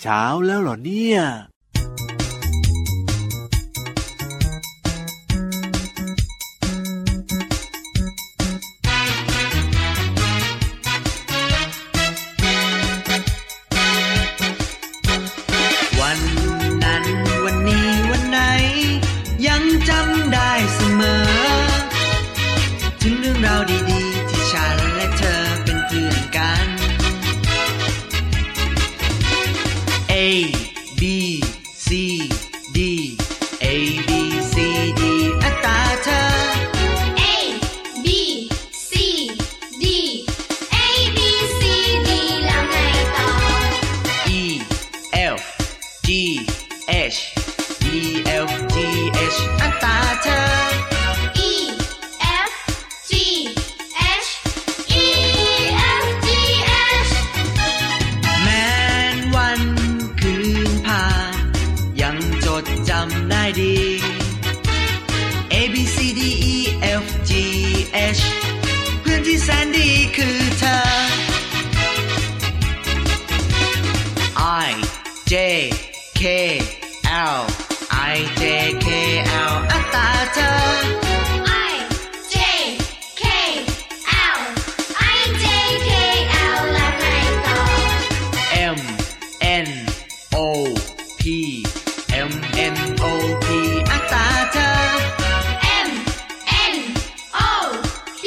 เช้าแล้วเหรอเนี่ย วันนั้นวันนี้วันไหน ยังจำได้เสมอ ถึงเรื่องราวดีๆ ที่ฉันและเธอเป็นเพื่อนกัน A B C D A B C D อัตราเธอ A B C D A B C D แล้วไงต่อ E F G H E F G H อัตราเธอ E F G H E F G H แม้นวันคืนผ่านยังจดจำได้ดี A B C D E F G H เพื่อนที่แสนดีคือเธอ I J K L I J K L อัตราเธอ I J K L I J K L แล้วไงต่อ M N O P M N O P อัตราเธอ M N O P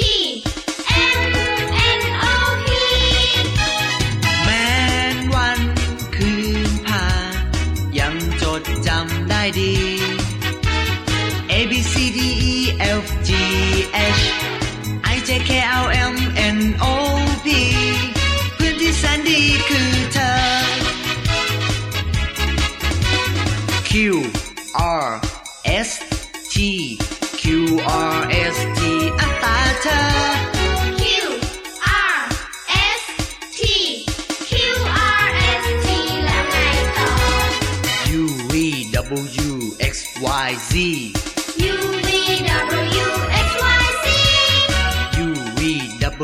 M N O P แม้นวันคืนผ่านยังจดจำได้ดี A B C D E F G H I J K L M N O P เพื่อนที่แสนดีคือเธอ Q R S T Q R S T อัตราเธอ Q R S T Q R S T แล้วไงต่อ U V W X Y Z U V W X Y Z U V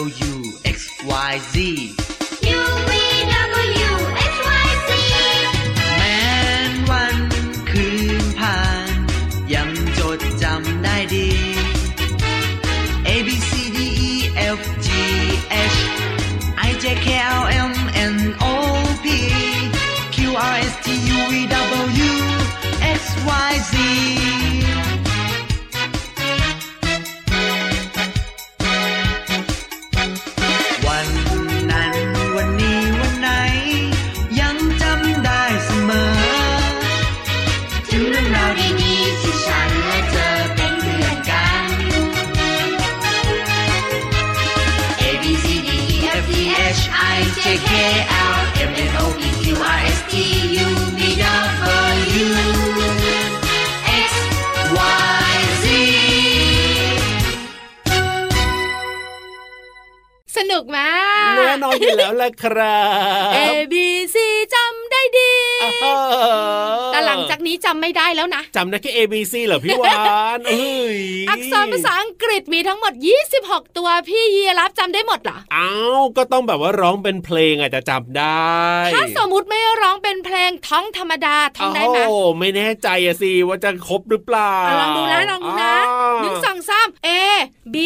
W X Y Z U V W X Y Z แม้นวันคืนผ่าน ยังจดจำได้ดี A B C D E F G H I J K L M N O P Q R S T U V W X Y Z วันนั้นวันนี้วันไหน ยังจำได้เสมอ ถึงเรื่องราวดีๆที่ฉันและเธอเป็นเพื่อนกัน A B C D E F G H I J K L M N O P Q R S T U V W X Y Z สนุกมาก แน่นอนอยู่แล้วล่ะครับ A B C จำได้ดี อ้าว แต่หลังจากนี้จำไม่ได้แล้วนะ จำได้แค่ A B C เหรอพี่ วานเอ้ย อักษรภาษาอังกฤษมีทั้งหมด 26 ตัวพี่ยีรับจำได้หมดเหรอ อ้าวก็ต้องแบบว่าร้องเป็นเพลงอาจจะจำได้ ถ้าสมมติไม่ร้องเป็นเพลงท้องธรรมดาท่องได้ไหม โอ้ไม่แน่ใจอะสิว่าจะครบหรือเปล่า เอาลองดูนะลองดูนะ อ้าว หนึ่งสองสาม A B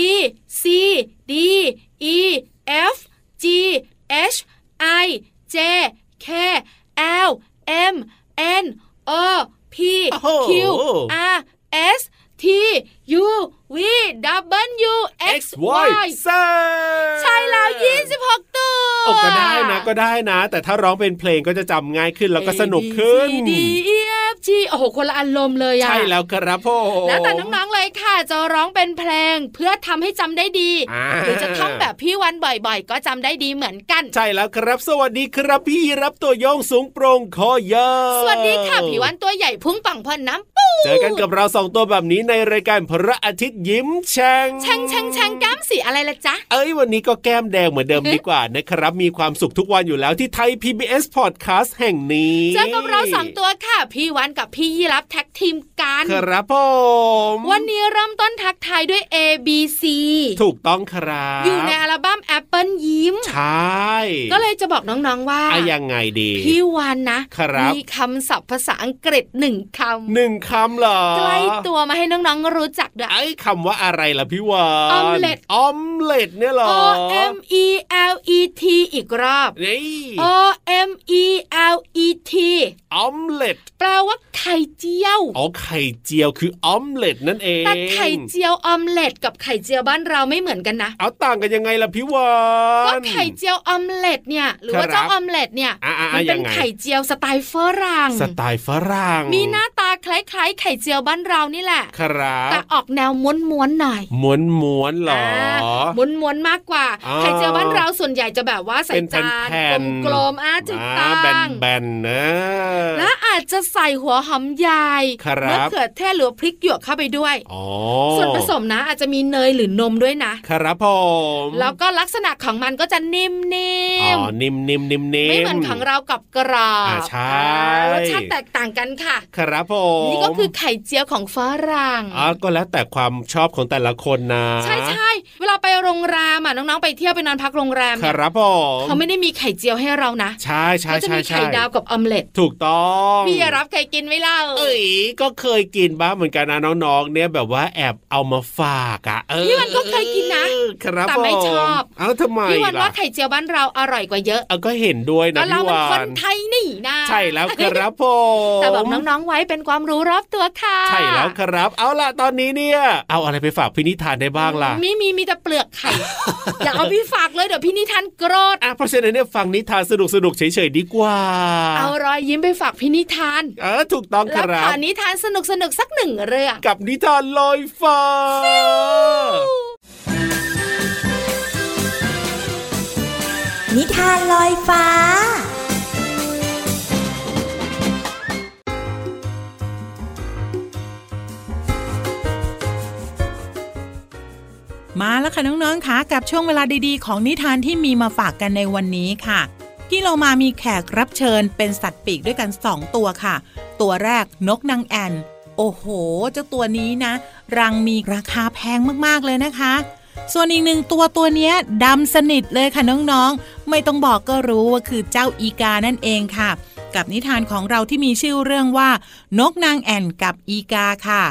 C D E F G H I J K L M N O P Q R S T U V W X X Y Y Z ใช่แล้ว 26 ตัว โอ้ก็ได้นะก็ได้นะ แต่ถ้าร้องเป็นเพลงก็จะจำง่ายขึ้นแล้วก็สนุกขึ้น A B C D E F G โอ้โห คนละอารมณ์เลยอะ ใช่แล้วครับผม แล้วแต่น้องๆเลยค่ะ จะร้องเป็นเพลงเพื่อทำให้จำได้ดี อ่า หรือจะท่องแบบพี่วันบ่อยๆ ก็จำได้ดีเหมือนกัน ใช่แล้วครับ สวัสดีครับพี่รับตัวโยงสูงโปรงคอยาว สวัสดีค่ะ พี่วันตัวใหญ่พุ่งปังพอนน้ำปู เจอกันกับเราสองตัวแบบนี้ในรายการพระอาทิตย์ยิ้มแฉ่ง แชงแชงแชงแก้มสีอะไรละจ๊ะ เอ้ยวันนี้ก็แก้มแดงเหมือนเดิมดีกว่านะครับ มีความสุขทุกวันอยู่แล้วที่ไทย PBS Podcast แห่งนี้ เจอกับเราสองตัวค่ะ พี่ว วันกับพี่ยีรับแท็กทีมกัน ครับผม วันนี้เริ่มต้นทักทายด้วย A B C ถูกต้องครับ อยู่ในอัลบั้ม Apple ยิ้ม ใช่ ก็เลยจะบอกน้องๆว่า อะยังไงดี พี่วันนะ ครับ มีคำศัพท์ภาษาอังกฤษหนึ่งค หนึ่งคำเหรอ ำใกล้ตัวมาให้น้องๆรู้จักด้วย ไอ้คำว่าอะไรล่ะพี่วาน ออมเล็ต ออมเล็ตเนี่ยเหร O อ M E L E T อีกรอบ นี่ O M E L E T ออมเล็ต แปลว่าไข่เจียว อ๋อไข่เจียวคือออมเล็ตนั่นเอง แต่ไข่เจียวออมเล็ตกับไข่เจียวบ้านเราไม่เหมือนกันนะ เอาต่างกันยังไงล่ะพี่วาน ก็ไข่เจียวออมเล็ตเนี่ย หรือว่า ครับ เจ้าออมเล็ตเนี่ย อ่ะอ่ะอ่ะ มัเป็น ยังไง ไข่เจียวสไตล์ฝรั่ง สไตล์ฝรั่ง มีหน้าตาคล้ายๆ ไข่เจียวบ้านเรานี่แหละ ครั แต่ บ ออกแนวม้วนๆหน่อย ม้วนม้วนๆเหรอ ม้วนม้วนๆมากกว่า อ่า ไข่เจียวบ้านเราส่วนใหญ่จะแบบว่าใส่ เป็น จาน แผ่น กลมๆอ่ะถูก อ่า ต้อ แบน ง แบนๆนะ และอาจจะใส่หัวหอมใหญ่ ครับ มะเขือเทศหรือพริกหยวกเข้าไปด้วย อ๋อ ส่วนผสมนะ อาจจะมีเนยหรือนมด้วยนะ ครับผม แล้วก็ลักษณะของมันก็จะนิ่มๆ อ๋อนิ่มๆนิ่มนิ่มนิ่ม ไม่เหมือนของเรากับกรอบ อ่าใช่ รสชาติแตกต่างกันค่ะ ครับผม นี่ก็คือไข่เจียวของฝรั่ง อ๋อก็แล้วแต่ความชอบของแต่ละคนนะ ใช่ใช่เวลาไปโรงแรมอ่ะน้องๆไปเที่ยวไปนอนพักโรงแรม ค เนี่ย รับผม เขาไม่ได้มีไข่เจียวให้เรานะ ใช่ใช่ เขาจะ ใช่ มี ใช่ ไข่ดาวกับออมเล็ต ถูกต้อง พี่รับไข่กินไหมเล่า เอ้ยก็เคยกินบ้างเหมือนกันนะน้องๆ เนี่ยแบบว่าแอบเอามาฝากอ่ะเออ พี่วันก็เคยกินนะ ครับ แต่ไม่ ผ ชอบ เอ้าทำไม พี่วัน ล่ะ ว่าไข่เจียวบ้านเราอร่อยกว่าเยอะ เอาก็เห็นด้วย ก็ นะ เรา พี่ มัน วา คน น ไทยนี่นะ ใช่แล้วครับผม แต่บอกน้องๆไว้เป็นความรู้รอบตัวค่ะ ใช่แล้วครับ เอาล่ะตอนนี้เนี่ย เอาอะไรไปฝากพี่นิทานได้บ้างล่ะ ไม่มีมีแต่เปลือกไข่ อย่าเอาพี่ฝากเลยเดี๋ยวพี่นิทานโกรธ อ่ะเพราะฉะนั้นเนี่ยฟังนิทานสนุกสนุกๆเฉยๆดีกว่า เอารอยยิ้มไปฝากพี่นิทาน เออถูกต้องค แล้ว รั ข บ อนิทานสนุกสนุกๆสักหนึ่งเรื่อง กับนิทานลอยฟ้า นิทานลอยฟ้า มาแล้วค่ะน้องๆคะกับช่วงเวลาดีๆ ของนิทานที่มีมาฝากกันในวันนี้ค่ะ ที่เรามามีแขกรับเชิญเป็นสัตว์ปีกด้วยกัน 2 ตัวค่ะ ตัวแรกนกนางแอ่น โอ้โห เจ้าตัวนี้นะ รังมีราคาแพงมากๆเลยนะคะ ส่วนอีกหนึ่งตัวตัวเนี้ยดำสนิทเลยค่ะน้องๆ ไม่ต้องบอกก็รู้ว่าคือเจ้าอีกานั่นเองค่ะ กับนิทานของเราที่มีชื่อเรื่องว่า นกนางแอ่นกับอีกาค่ะ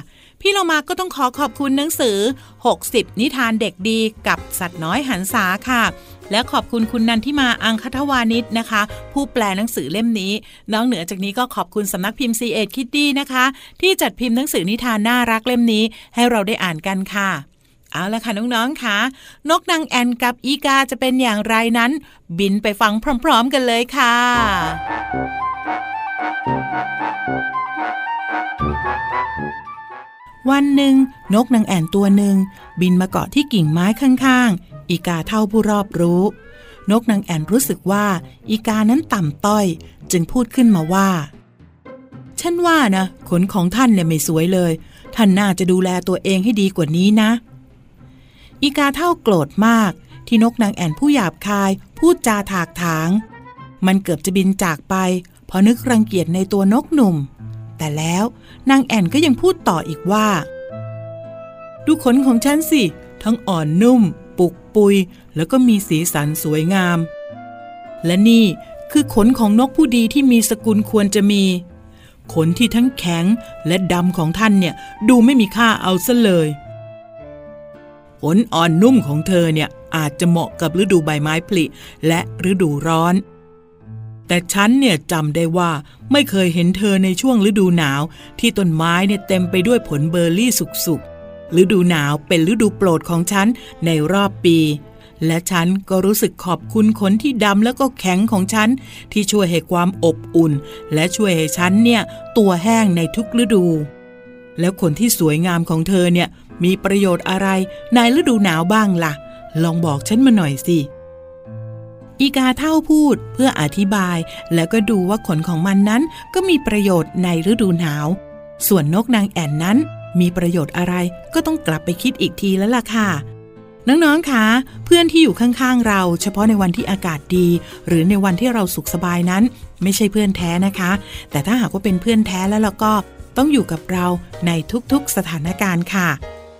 พี่เรามาก็ต้องขอขอบคุณหนังสือ 60 นิทานเด็กดีกับสัตว์น้อยหันษาค่ะ และขอบคุณคุณนันทิมาอังคทวานิชนะคะ ผู้แปลหนังสือเล่มนี้ นอกเหนือจากนี้ก็ขอบคุณสำนักพิมพ์ c ีเอ็ดคิตตี้นะคะ ที่จัดพิมพ์หนังสือนิทานน่ารักเล่มนี้ ให้เราได้อ่านกันค่ะ เอาละค่ะน้องๆค่ะ นกนางแอ่นกับอีกาจะเป็นอย่างไรนั้น บินไปฟังพร้อม ๆ กันเลยค่ะ วันหนึ่งนกนางแอ่นตัวหนึ่งบินมาเกาะที่กิ่งไม้ข้างๆ อีกาเท่าผู้รอบรู้ นกนางแอ่นรู้สึกว่า อีกานั้นต่ำต้อย จึงพูดขึ้นมาว่า ฉันว่านะขนของท่านเนี่ยไม่สวยเลย ท่านน่าจะดูแลตัวเองให้ดีกว่านี้นะ อีกาเท่าโกรธมาก ที่นกนางแอ่นผู้หยาบคาย พูดจาถากถาง มันเกือบจะบินจากไปเพราะนึกรังเกียจในตัวนกหนุ่ม แต่แล้วนางแอ่นก็ยังพูดต่ออีกว่า ดูขนของฉันสิ ทั้งอ่อนนุ่ม ปุกปุย แล้วก็มีสีสันสวยงาม และนี่คือขนของนกผู้ดีที่มีสกุลควรจะมี ขนที่ทั้งแข็งและดำของท่านเนี่ย ดูไม่มีค่าเอาซะเลย ขนอ่อนนุ่มของเธอเนี่ยอาจจะเหมาะกับฤดูใบไม้ผลิและฤดูร้อน แต่ฉันเนี่ยจำได้ว่าไม่เคยเห็นเธอในช่วงฤดูหนาว ที่ต้นไม้เนี่ยเต็มไปด้วยผลเบอร์รี่สุกๆฤดูหนาวเป็นฤดูโปรดของฉันในรอบปี และฉันก็รู้สึกขอบคุณขนที่ดำแล้วก็แข็งของฉัน ที่ช่วยให้ความอบอุ่น และช่วยให้ฉันเนี่ยตัวแห้งในทุกฤดู แล้วขนที่สวยงามของเธอเนี่ยมีประโยชน์อะไรในฤดูหนาวบ้างล่ะ ลองบอกฉันมาหน่อยสิ อีกาเท่าพูดเพื่ออธิบาย แล้วก็ดูว่าขนของมันนั้นก็มีประโยชน์ในฤดูหนาว ส่วนนกนางแอ่นนั้น มีประโยชน์อะไรก็ต้องกลับไปคิดอีกทีแล้วล่ะค่ะ น้องๆคะเพื่อนที่อยู่ข้างๆเรา เฉพาะในวันที่อากาศดี หรือในวันที่เราสุขสบายนั้น ไม่ใช่เพื่อนแท้นะคะ แต่ถ้าหากว่าเป็นเพื่อนแท้แล้วเราก็ต้องอยู่กับเราในทุกๆสถานการณ์ค่ะ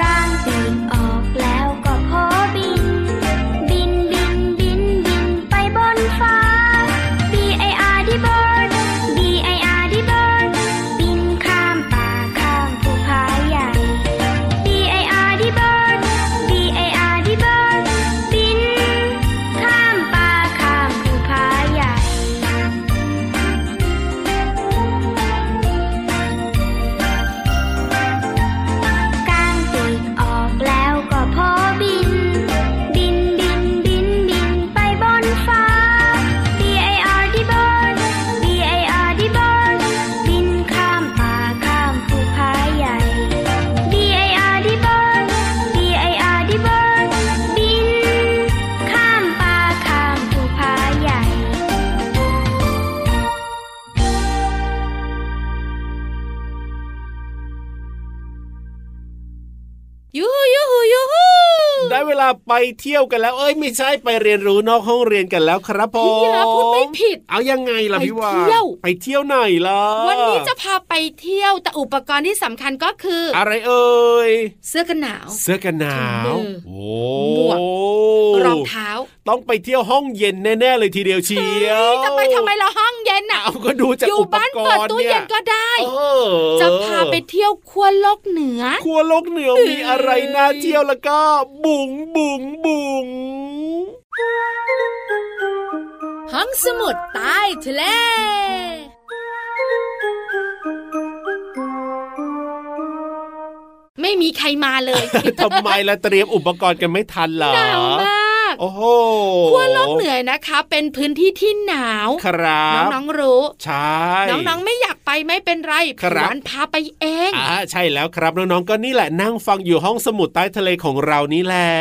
ก้างปีกออกแล้วก็โผบิน บินบินบินบินไปบนฟ้า B I R D bird B I R D bird บินข้ามป่าข้ามภูผาใหญ่ B I R D bird B I R D bird บินข้ามป่าข้ามภูผาใหญ่ กางปีกออกแล้วก็พอบิน บินบินบินบินไปบนฟ้า B I R D bird B I R D bird บินข้ามป่าข้ามภูผาใหญ่ B I R D bird B I R D bird บินข้ามป่าข้ามภูผาใหญ่ ยูฮูยูฮูยูฮู ได้เวลาไปเที่ยวกันแล้ว เอ้ยไม่ใช่ไปเรียนรู้นอกห้องเรียนกันแล้วครับผม พี่รับพูดไม่ผิด เอายังไงล่ะ ไป พี่วาน เที่ยว ไปเที่ยวไหนล่ะ วันนี้จะพาไปเที่ยวแต่อุปกรณ์ที่สำคัญก็คืออ อะไรเอ่ย เสื้อกันหนาว เสื้อกันหนาว ถุงมือ โอ้ หมวก รองเท้า ต้องไปเที่ยวห้องเย็นแน่ๆเลยทีเดียวเชียว จะไปทำไมละห้องเย็นน่ะ เอาก็ดูจาก อยู่ อุป บ้าน ก เปิด รณ์ ตู้ เนี่ เย็ ย นก็ได้ เออ จะพาไปเที่ยวขั้วโลกเหนือ ครัวโลกเหนือมีอะไรน่าเที่ยวแล้วก็ บุ๋งบุ๋งบุ๋ง ห้องสมุดใต้ทะเล ไม่มีใครมาเลย ทำไมล่ะเตรียมอุปกรณ์กันไม่ทันเหรอ หนาวมาก โอ้โห ขั้วโลกเหนือนะคะ เป็นพื้นที่ที่หนาว ครับ น้องๆรู้ ใช่ น้องๆไม่อยากไปไม่เป็นไร ครับ พี่วันพาไปเอง อ่าใช่แล้วครับน้องๆก็นี่แหละนั่งฟังอยู่ห้องสมุดใต้ทะเลของเรานี่แหละ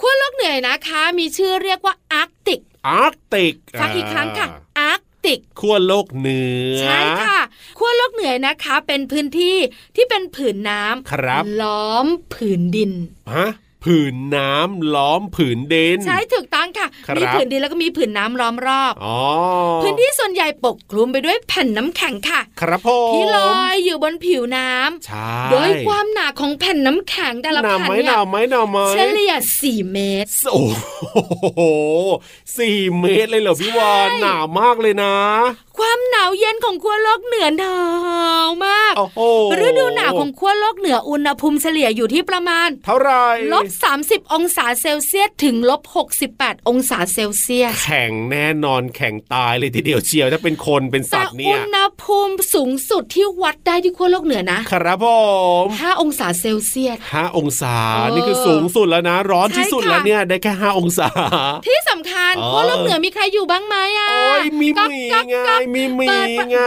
ขั้วโลกเหนือนะคะ มีชื่อเรียกว่าอาร์กติก อาร์กติก ฟังอีกครั้งค่ะ อาร์กติก ขั้วโลกเหนือ ใช่ค่ะขั้วโลกเหนือนะคะ เป็นพื้นที่ที่เป็นผืนน้ำ ครับ ล้อมผืนดิน ฮะผืนน้ำล้อมผืนเดน ใช่ถูกต้องค่ะ ครับ มีผืนดินแล้วก็มีผืนน้ำล้อมรอบ อ๋อ พื้นที่ส่วนใหญ่ปกคลุมไปด้วยแผ่นน้ำแข็งค่ะ ครับผม ที่ลอยอยู่บนผิวน้ำ ใช่ โดยความหนาของแผ่นน้ำแข็งแต่ละ หนาว แผ่น ไหมห เนี่ นาย วไหมหนาวไหม เฉลี่ย 4 เมตร โอ้โหสี่เมตรเลยเหรอพี่วาน ใช่ หนาวมากเลยนะ ความหนาวเย็นของขั้วโลกเหนือหนาวมาก โอ้โห ฤดูหนาวของขั้วโลกเหนืออุณหภูมิเฉลี่ยอยู่ที่ประมาณ เท่าไหร ลบ 30 องศาเซลเซียสถึงลบ 68 องศาเซลเซียส แข็งแน่นอนแข็งตายเลยทีเดียวเชียวถ้าเป็นคนเป็นสั แต่ ตว์เนี่ อุ ย ณหภูมิสูงสุดที่วัดได้ที่ขั้วโลกเหนือนะ ครับผม 5 องศาเซลเซียส ห้าองศา เออ นี่คือสูงสุดแล้วนะ ร้อน ใช่ ที่สุด ค่ะ แล้วเนี่ยได้แค่ห้าองศา ที่สำคัญ อ๋อ ขั้วโลกเหนือมีใครอยู่บ้างไหมอ่ะ โอ้ยมีห ก๊อก มี ก๊อก ไง ก๊อก มีหมี เปิดปะ ไง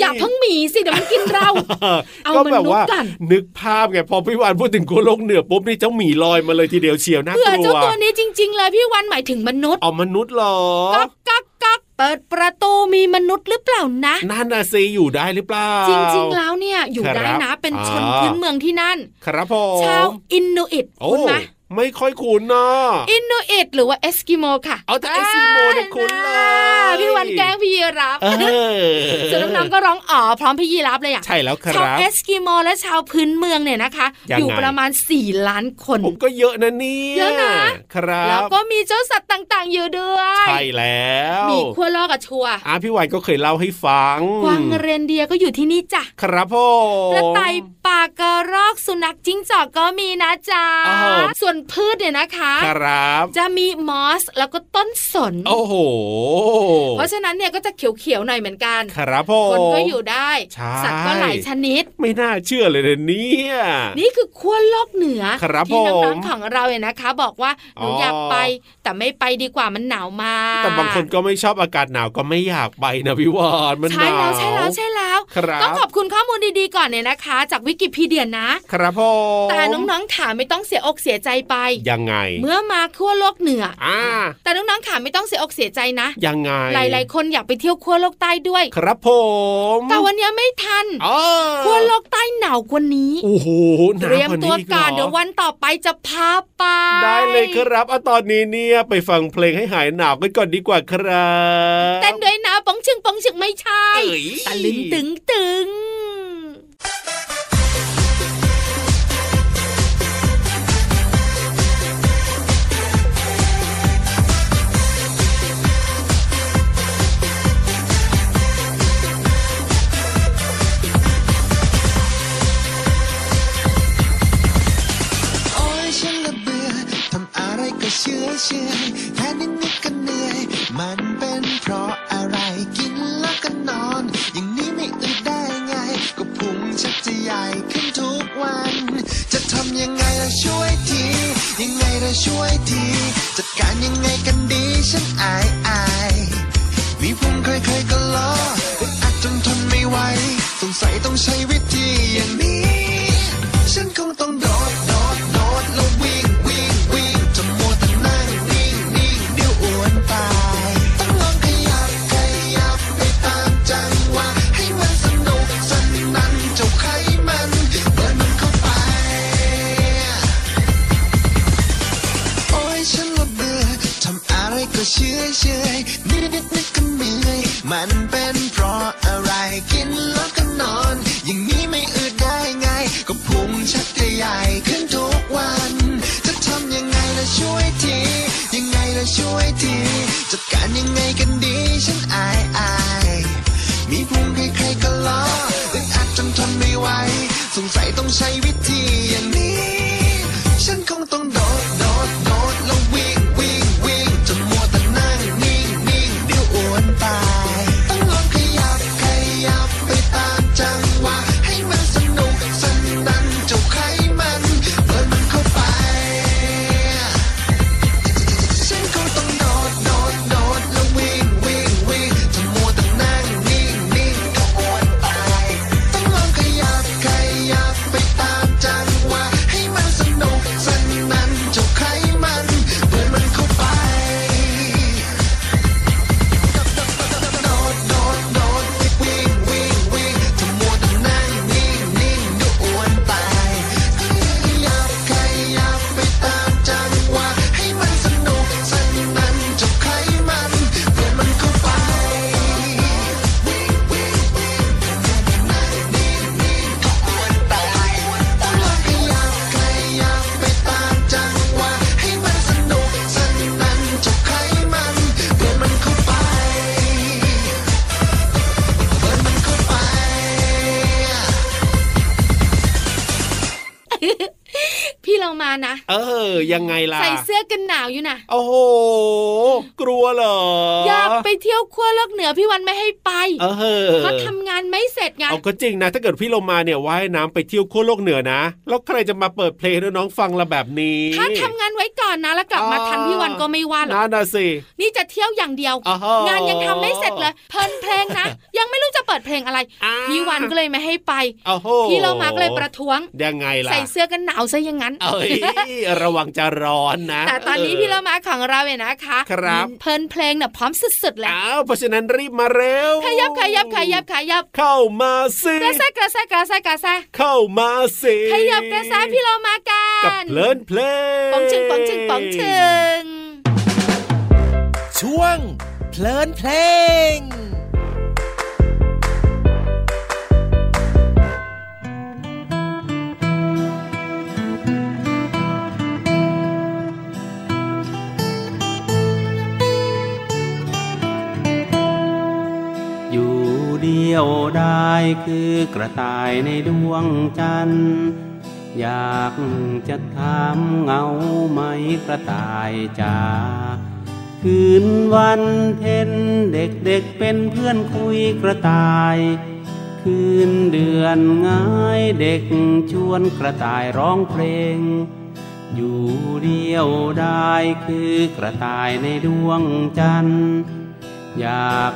อย่าเพิ่งหมีสิเดี๋ยวมันกินเรา เอา ก็แบบ มนุษย์ ว่า ก่อน นึกภาพไงพอพี่วานพูดถึงโกโลกเหนือปุ๊บนี่เจ้าหมีลอยมาเลยทีเดียวเชียวน่า เผื่อก ลั เจ้าว ตัวนี้จริง ๆ เลยพี่วันหมายถึงมนุษย์ เอามนุษย์เหรอ ก๊อกก๊อกก๊อกเปิดประตูมีมนุษย์หรือเปล่านะ นั่นนะซีอยู่ได้หรือเปล่า จริง ๆ แล้วเนี่ยอยู่ ครับ ได้นะเป็นชน อ่า พื้นเมืองที่นั่น ครับผม ชาวอินนูอิต โอ้ คุณไหม ไม่ค่อยคุ้นเนาะ อินโนเอตหรือว่าเอสกิโมค่ะ เอาแต่ Eskimo เนี่ยคุ้นเลย อ่าพี่วันแกล้งพี่ยีรับ เออ ส่วนน้องๆก็ร้องอ๋อพร้อมพี่ยีรับเลยอ่ะ ใช่แล้วค ชาว รับ เอสกิโมและชาวพื้นเมืองเนี่ยนะคะ ยังไง อยู่ประมาณ 4 ล้านคน ผมก็เยอะนะเนี่ย เยอะนะ ครั แล้ว บ ก็มีเจ้าสัตว์ต่างๆ อยู่ด้วย ใช่แล้ว มีขั้วโลกกับชัวร์ อ่ะพี่วานก็เคยเล่าให้ฟัง กวางเรนเดียร์ก็อยู่ที่นี่จ้ะ ครับผ ก ม ระต่ายป่ากกระรอกสุนัขจิ้งจอกก็มีนะจ๊ะ อ้าว ส่วนพืชเนี่ยนะคะ ครับ จะมีมอสแล้วก็ต้นสน โอ้โห เพราะฉะนั้นเนี่ยก็จะเขียวๆหน่อยเหมือนกัน ครับผม คนก็อยู่ได้ ใช่ สัตว์ก็หลายชนิด ไม่น่าเชื่อเลยนะเนี่ย นี่คือขั้วโลกเหนือ ครับ ที่ ผ น้อ ม งๆของเราเนี่ยนะคะ บอกว่าหนู อ๋อ อ อ ยากไป แต่ไม่ไปดีกว่ามันหนาวมาก แต่บางคนก็ไม่ชอบอากาศหนาวก็ไม่อยากไปนะพี่วานมันห ใช่ นาแล้ววใช่แล้วใช่แล้ว ครับ ต้องขอบคุณข้อมูลดีๆก่อนเนี่ยนะคะ จากวิกิ พีเดียนะ ครับผม แต่น้องๆขาไม่ต้องเสียอกเสียใจไป ยังไง เมื่อมาขั้วโลกเหนืออ อ่า แต่น้องๆขาไม่ต้องเสียอกเสียใจนะ ยังไง หลายๆ คนอยากไปเที่ยวขั้วโลกใต้ด้วย ครับผม แต่วันเนี้ยไม่ทัน อ๋อ ขั้วโลกใต้หนาวกว่านี้ โอ้โหห เต นาว รียม กตัว่าว นี้อีก ก่อน เหรอ เดี๋ยววันต่อไปจะพาไป ได้เลยครับเอาตอนนี้เนี่ยไปฟังเพลงให้หายหนาวกันก่อนดีกว่าครับ เต้นด้วยนะปองชึงปองชึงไม่ใช่ เอ้ย ตะลึงตึงตึง โอ้ยฉันละเบื่อทำอะไรก็เชื่อเชื่อแค่นิดนิดก็เหนื่อย มันเป็นเพราะอะไรกินแล้วก็นอน อย่างนี้ไม่อึดได้ไง ก็พุงชักจะใหญ่ขึ้นทุกวัน จะทำยังไงล่ะช่วยที ยังไงล่ะช่วยที จัดการยังไงกันดีฉันอายอาย มีพุงเคยเคยๆก็ล้ออึดอัดจนทนไม่ไหว สงสัยต้องใช้วิธีอย่างนี้ ฉันคงต้องโดดโดดโดดแล้ววิ่งวิ่งวิ่งจนมัวแต่นั่งนิ่งนิ่งเดี๋ยวอ้วนตาย ต้องลองขยับขยับไปตามจังหวะให้มันสนุกสนันเจ้าไขมันเปิดมันเข้าไป โอ้ยฉันละเบื่อทำอะไรก็เชื่อเชื่อยนิดนิดนิดก็เมื่อยมันเป็นเพราะอะไรกินแล้วก็นอน อย่างนี้ไม่อืดได้ไง ก็พุงชักจะใหญ่ขึ้นทุกวัน จะทำยังไงล่ะช่วยที ยังไงล่ะช่วยที จัดการยังไงกันดีฉันอายอาย มีพุงใครๆก็ล้ออึดอัดจนทนไม่ไหวสงสัยต้องใช้วิธีอย่างนี้ ฉันคงต้องโดดโดดโดดแล้ววิ่งวิ่งวิ่งจนมัวแต่นั่งนิ่งนิ่งเดี๋ยวอ้วนตาย ต้องลองขยับขยับไปตามจังหวะให้มันสนุกสนันเจ้าไขมันเปิดมันเข้าไป ฉันคงต้องโดดโดดโดดแล้ววิ่งวิ่งวิ่งจะมัวแต่นั่งนิ่งนิ่งก็อ้วนตาย ต้องลองขยับขยับไปตามจังหวะให้มันสนุกสนันเจ้าไขมันเปิดมันเข้าไป โดดโดดโดดวิ่งวิ่งวิ่งจะมัวแต่นั่งนิ่งนิ่งเดี๋ยวอ้วนตาย ขยับขยับไปตามจังหวะให้มันสนุกสนันเจ้าไขมันเปิดมันเข้าไป พี่เรามานะ เออ ยังไงล่ะ ใส่เสื้อกันหนาวอยู่นะ โอ้โห กลัวเหรอ อยากไปเที่ยวขั้วโลกเหนือพี่วันไม่ให้ไป เออ เพราะทำงานไม่เสร็จไง เอาก็จริงนะ ถ้าเกิดพี่โลมาเนี่ยว่ายน้ำไปเที่ยวขั้วโลกเหนือนะ แล้วใครจะมาเปิดเพลงให้น้องๆฟังละแบบนี้ ถ้าทำงานไว้ก่อนนะแล้วกลับมาทันพี่วันก็ไม่ว่าหรอก น่าน่ะสิ นี่จะเที่ยวอย่างเดียว อ๋อฮะ งานยังทำไม่เสร็จเลยเพลินเพลงนะ ยังไม่รู้จะเปิดเพลงอะไร อ่า พี่วันก็เลยไม่ให้ไป โอ้โห พี่เรามาก็เลยประท้วง ยังไงล่ะ ใส่เสื้อกันหนาวซะอย่างนั้น เอ้ย ระวังจะร้อนนะ แต่ตอนนี้ เ พี่เรามาของเราเนี่ยนะคะ ครับ เพลินเพลงเนี่ยพร้อมสุดๆแล้ว อ้าวเพราะฉะนั้นรีบมาเร็ว ขยับขยับขยับขยับ เข้ามาสิ กระแซะกระแซะกระแซะกระแซะ เข้ามาสิ ขยับกระแซะพี่เรามากั กับ น เพลินเพลง ป๋องชึงป๋องชึงป๋องชึง ช่วงเพลินเพลง อยู่เดียวได้คือกระต่ายในดวงจันทร์อยากจะถามเหงาไหมกระต่ายจ๋าคืนวันเพ็ญเด็กๆเเป็นเพื่อนคุยกระต่าย คืนเดือนง่ายเด็กชวนกระต่ายร้องเพลง อยู่เดียวได้คือกระต่ายในดวงจันทร์ อยาก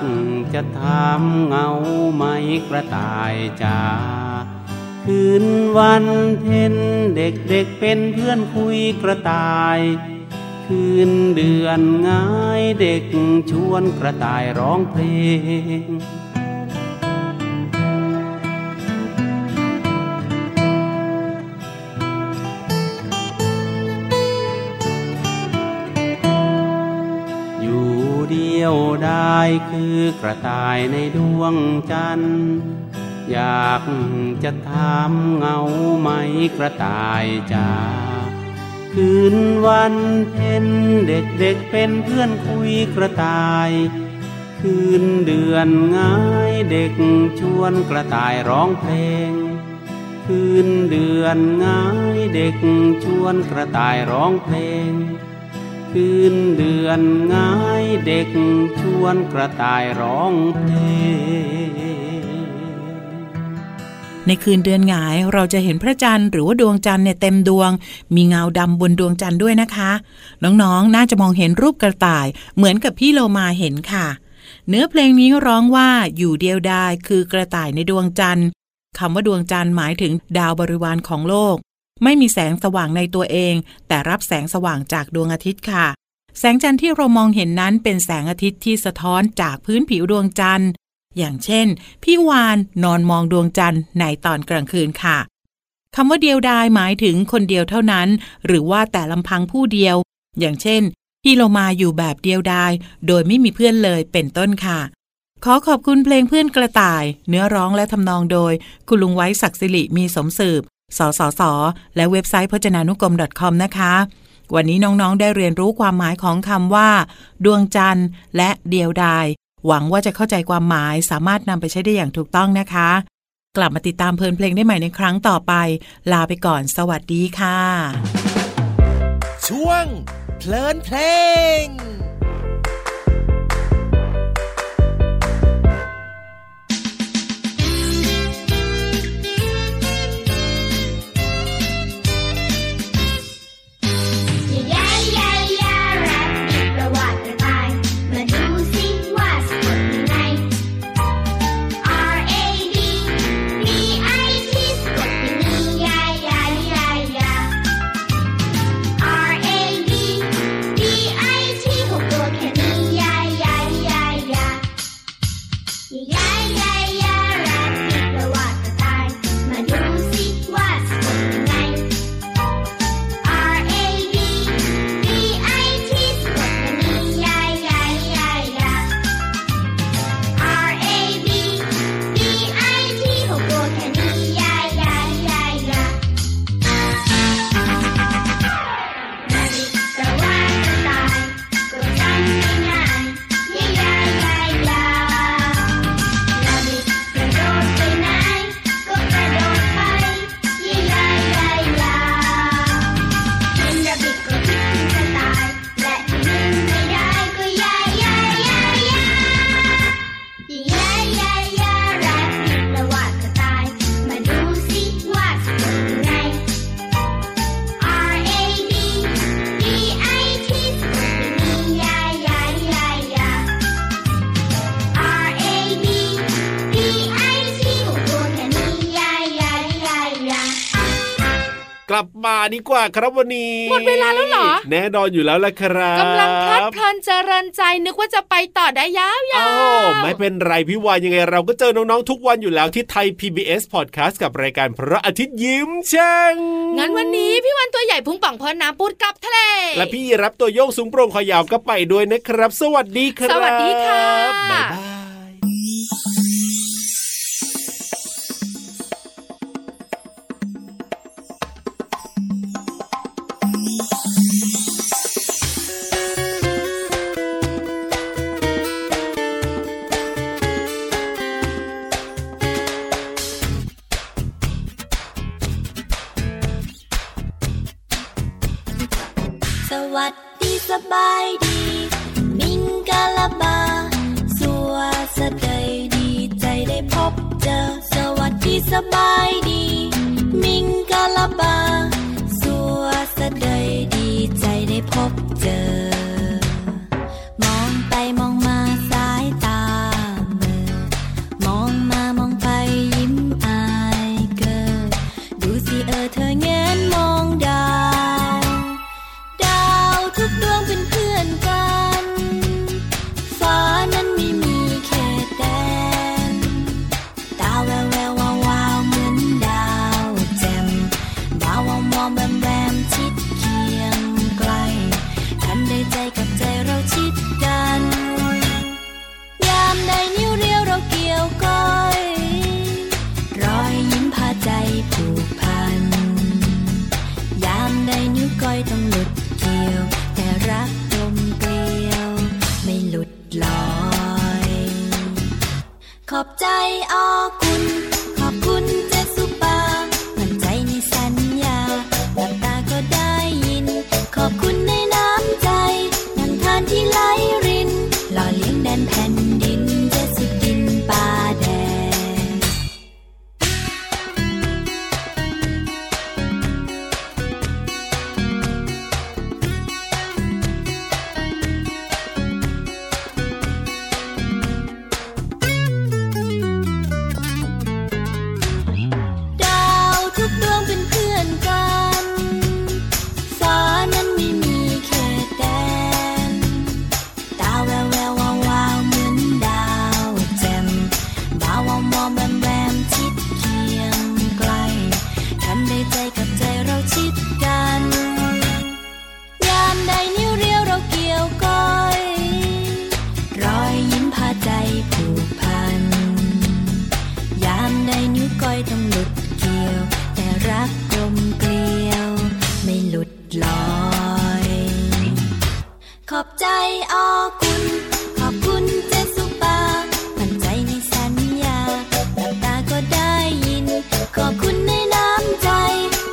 จะถามเหงาไหมกระต่ายจ๋า คืนวันเพ็ญเด็กเด็กๆเป็นเพื่อนคุยกระต่าย คืนเดือนง่ายเด็กชวนกระต่ายร้องเพลง อยู่เดียวได้คือกระต่ายในดวงจันทร์ อยากจะถามเหงาไหมกระต่ายจ๋าคืนวันเพ็ญเด็กเด็กๆเป็นเพื่อนคุยกระต่าย คืนเดือนง่ายเด็กชวนกระต่ายร้องเพลง คืนเดือนง่ายเด็กชวนกระต่ายร้องเพลง คืนเดือนง่ายเด็กชวนกระต่ายร้องเพลง ในคืนเดือนหงายเราจะเห็นพระจันทร์หรือว่าดวงจันทร์เนี่ยเต็มดวง มีเงาดำบนดวงจันทร์ด้วยนะคะ น้องๆ น่าจะมองเห็นรูปกระต่าย เหมือนกับพี่โลมาเห็นค่ะ เนื้อเพลงนี้ร้องว่าอยู่เดียวดายคือกระต่ายในดวงจันทร์คำว่าดวงจันทร์หมายถึงดาวบริวารของโลก ไม่มีแสงสว่างในตัวเอง แต่รับแสงสว่างจากดวงอาทิตย์ค่ะ แสงจันทร์ที่เรามองเห็นนั้นเป็นแสงอาทิตย์ที่สะท้อนจากพื้นผิวดวงจันทร์ อย่างเช่น พี่วานนอนมองดวงจันทร์ในตอนกลางคืนค่ะคำว่าเดียวดายหมายถึงคนเดียวเท่านั้น หรือว่าแต่ลำพังผู้เดียว อย่างเช่น พี่โลมาอยู่แบบเดียวดาย โดยไม่มีเพื่อนเลยเป็นต้นค่ะ ขอขอบคุณเพลงเพื่อนกระต่าย เนื้อร้องและทำนองโดย คุณลุงไว้ศักดิ์สิริมีสมสืบ สสส และเว็บไซต์พจนานุกรม .com นะคะ วันนี้น้องๆ ได้เรียนรู้ความหมายของคำว่า ดวงจันทร์ และเดียวดาย หวังว่าจะเข้าใจความหมายสามารถนำไปใช้ได้อย่างถูกต้องนะคะ กลับมาติดตามเพลินเพลงได้ใหม่ในครั้งต่อไป ลาไปก่อน สวัสดีค่ะ ช่วงเพลินเพลง ยาๆยาๆยาแรปปิดประวัติกระต่าย มาดูสิว่าสะกดยังไง R A B B I T สะกดอย่างนี้ยาๆยาๆยาๆยา R A B B I T หกตัวแค่นี้ยาๆยาๆยาๆยา ยาๆยาๆยาแรปปิดประวัติกระต่าย มาดูสิว่าสะกดยังไง R A B B I T สะกดอย่างนี้ยายายายา R A B B I T หกตัวแค่นี้ยายายายานาฬิกาว่างกระต่ายก็จำง่ายๆยายายา นาฬิกกระโดดไปไหนก็กระโดดไปยิ่งยายยายยาเห็นระเบิดก็คิดถึงกระต่าย และที่ลืมไม่ได้ก็ยายยายยายยายิ่งยายยายยาแรปปิดประวัติกระต่าย มาดูสิว่าสะกดยังไง R A B B I T สะกดเป็นยิ่งยายยายยายยา R A B B I T หกตัวแค่นี้ยายายายา กลับมาดีกว่าครับวันนี้ หมดเวลาแล้วเหรอ แน่นอนอยู่แล้วละครับ กำลังเพลิดเพลินเจริญใจนึกว่าจะไปต่อได้ยาวๆ อ้าวไม่เป็นไรพี่วานยังไงเราก็เจอน้องๆทุกวันอยู่แล้วที่ไทย PBS Podcast กับรายการพระอาทิตย์ยิ้มแช่าง งั้นวันนี้พี่วันตัวใหญ่พุงป่องพอน้ำปูดกลับทะเล และพี่รับตัวโยงสูงโปร่งคอยาวก็ไปด้วยนะครับ สวัสดีครับ สวัสดีค่ะ บ๊ายบาย สวัสดีสบายดี มิงกะละบา สัวสะเดยดีใจได้พบเจอ สวัสดีสบายดี มิงกะละบา สัวสะเดยดีใจได้พบเจอ มองไปมองมาสายตาเหมือมองมามองไปยิ้มอายเกิด ขอบใจออคุณ ขอบคุณเจสุปามั่นใจในสัญญาหลับตาก็ได้ยิน ขอบคุณในน้ำใจน้ำทานที่ไหลริน หล่อเลี้ยงแดนแผ่นดินเจสุดินป่าแดง ดาวทุกดวงเป็นเพื่อนกัน ฟ้านั้นไม่มีเขตแดน ตาแววแวววาววาวเหมือนดาวแจ่มวาววาวมองแวมแวมชิดเคียงไกลทำได้ใจกับใจเราชิดกัน ยามใดนิ้วเรียวเราเกี่ยวก้อย รอยยิ้มพาใจผูกพัน ยามใดนิ้วก้อยต้องหลุดเกลียว แต่รักกลมเกลียว ไม่หลุดลอย ขอบใจออคุณ ขอบคุณเจสุปามั่นใจในสัญญาหลับตาก็ได้ยิน ขอบคุณในน้ำใจ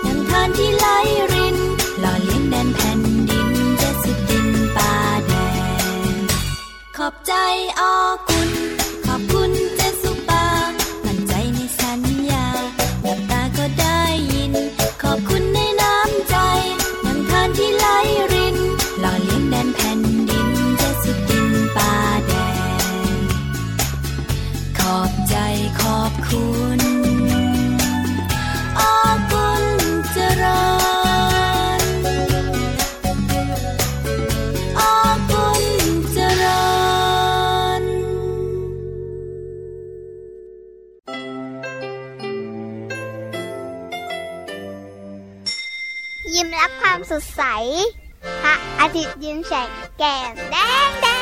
น้ำทานที่ไหลริน หล่อเลี้ยงแดนแผ่นดินเจสุดินป่าแดง ขอบใจออคุณ ขอบคุณเจสุปามั่นใจในสัญญาหลับตาก็ได้ยิน ขอบคุณในน้ำใจน้ำทานที่ไหลริน หล่อเลี้ยงแดนแผ่นดินเจสุดินป่าแดง ขอบใจขอบคุณออคุณเจริญ ออคุณเจริญ ยิ้มรับความสดใส พระอาทิตย์ยิ้มแฉกแก้มแดงแดง